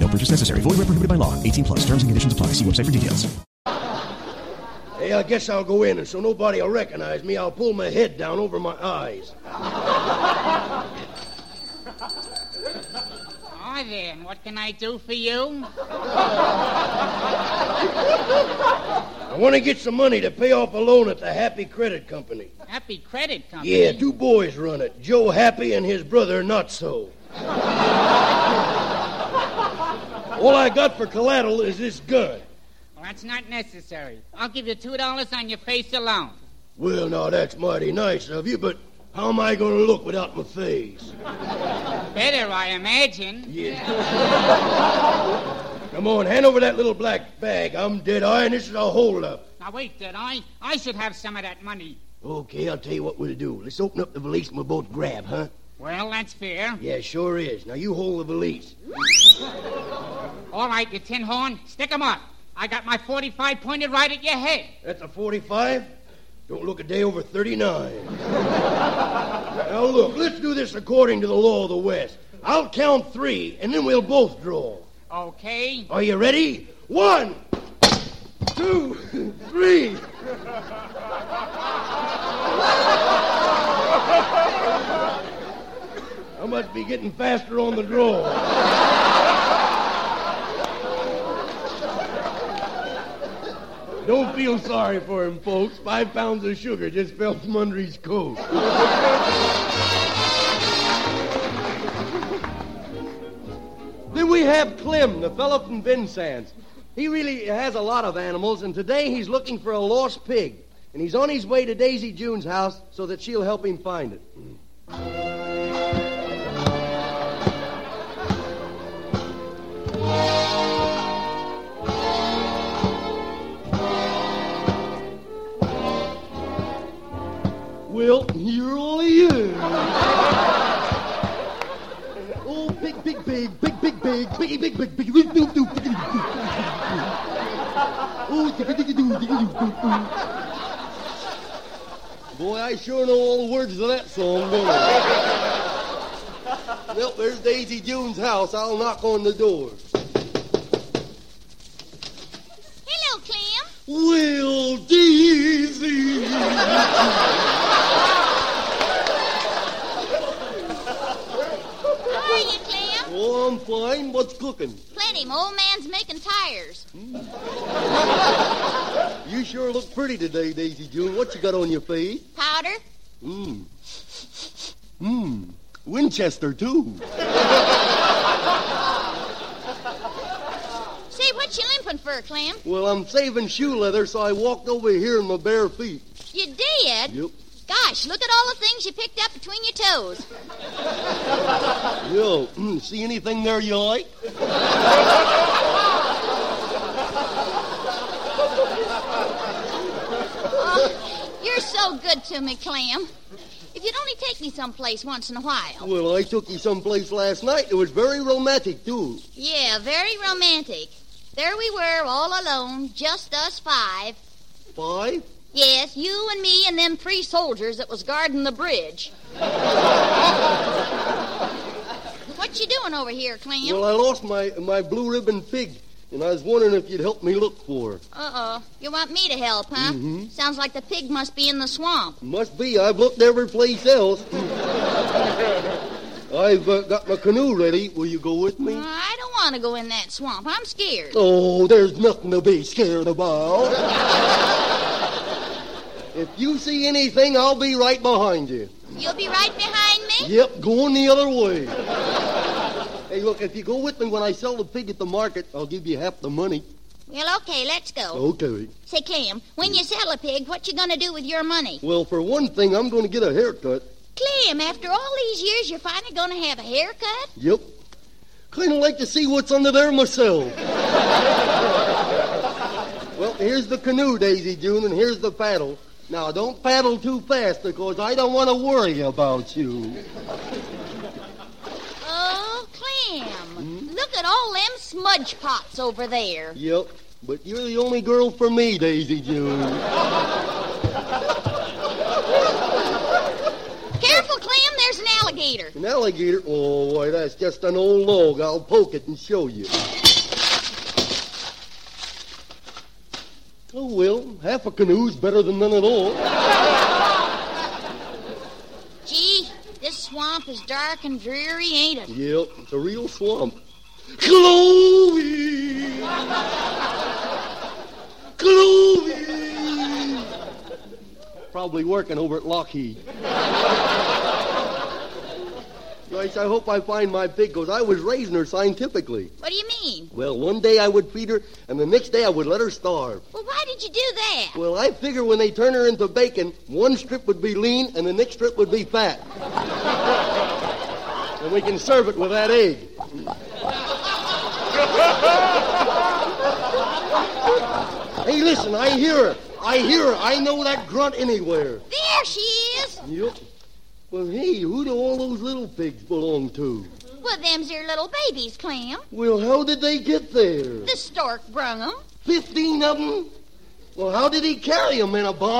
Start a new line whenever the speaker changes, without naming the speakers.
No purchase necessary. Void where prohibited by law. 18 plus. Terms and conditions apply. See website for details.
Hey, I guess I'll go in, and so nobody'll recognize me, I'll pull my head down over my eyes.
Hi there, and what can I do for you?
I want to get some money to pay off a loan at the Happy Credit Company.
Happy Credit Company.
Yeah, two boys run it Joe Happy and his brother Not So. All I got for collateral is this gun.
Well, that's not necessary. I'll give you two dollars on your face alone.
Well, now that's mighty nice of you, but how am I going to look without my face?
Better, I imagine.
Come on, hand over that little black bag. I'm dead eye, and this is a holdup.
Now wait, did I? I should have some of that money.
Okay, I'll tell you what we'll do. Let's open up the valise and we'll both grab, huh?
Well, that's fair.
Yeah, sure is. Now you hold the valise.
All right, you tin horn, stick 'em up. I got my 45 pointed right at your head.
That's a 45. Don't look a day over 39. now, look, let's do this according to the law of the West. I'll count three, and then we'll both draw.
Okay.
Are you ready? One, two, three. I must be getting faster on the draw. Don't feel sorry for him, folks. Five pounds of sugar just fell from under his coat. then we have Clem, the fellow from Vincennes. He really has a lot of animals, and today he's looking for a lost pig. And he's on his way to Daisy June's house so that she'll help him find it. Well, here I am. oh, big, big, big, big, big, big, big, big, big, big, big, big, big, big, big. Oh, digga, digga, doo, digga, doo, doo, doo. Boy, I sure know all the words to that song, don't I? Well, there's Daisy June's house. I'll knock on the door.
Hello, Clem.
Well, Daisy.
How are you, Clem?
Oh, I'm fine. What's cooking?
Plenty. My old man's making tires.
You sure look pretty today, Daisy June. What you got on your face?
Powder.
Mmm. Mmm. Winchester, too.
Say, what you limping for, Clem?
Well, I'm saving shoe leather, so I walked over here in my bare feet.
You did?
Yep.
Gosh, look at all the things you picked up between your toes.
Yo, mm, see anything there you like?
You're so good to me, Clem. If you'd only take me someplace once in a while.
Well, I took you someplace last night. It was very romantic, too.
Yeah, very romantic. There we were, all alone, just us five.
Five?
Yes, you and me and them three soldiers that was guarding the bridge. what you doing over here, Clem?
Well, I lost my, my blue ribbon pig, and I was wondering if you'd help me look for her.
Uh-oh. You want me to help, huh? Sounds like the pig must be in the swamp.
Must be. I've looked every place else. I've uh, got my canoe ready. Will you go with me?
I don't want to go in that swamp. I'm scared.
Oh, there's nothing to be scared about. if you see anything, I'll be right behind you.
You'll be right behind me?
Yep, going the other way. hey, look, if you go with me when I sell the pig at the market, I'll give you half the money.
Well, okay, let's go.
Okay.
Say, Clem, when you sell a pig, what you gonna do with your money?
Well, for one thing, I'm going to get a haircut.
Clem, after all these years, you're finally gonna have a haircut?
Yep. Kind of like to see what's under there myself. well, here's the canoe, Daisy June, and here's the paddle. Now, don't paddle too fast because I don't want to worry about you.
Oh, Clem, look at all them smudge pots over there.
Yep. But you're the only girl for me, Daisy June.
Careful, Clem, there's an alligator.
An alligator? Oh, why, that's just an old log. I'll poke it and show you. Oh, well, half a canoe's better than none at all.
Gee, this swamp is dark and dreary, ain't it?
Yep, it's a real swamp. Chloe! Chloe! Probably working over at Lockheed. Joyce, I hope I find my pig, 'cause I was raising her scientifically.
What do you mean?
Well, one day I would feed her, and the next day I would let her starve.
Well, why did you do that?
Well, I figure when they turn her into bacon, one strip would be lean and the next strip would be fat. and we can serve it with that egg. hey, listen, I hear her. I hear her. I know that grunt anywhere.
There she is.
Yep. Well, hey, who do all those little pigs belong to?
Well, them's their little babies, Clem.
Well, how did they get there?
The stork brung 'em.
Fifteen of them? Well, how did he carry 'em in a box?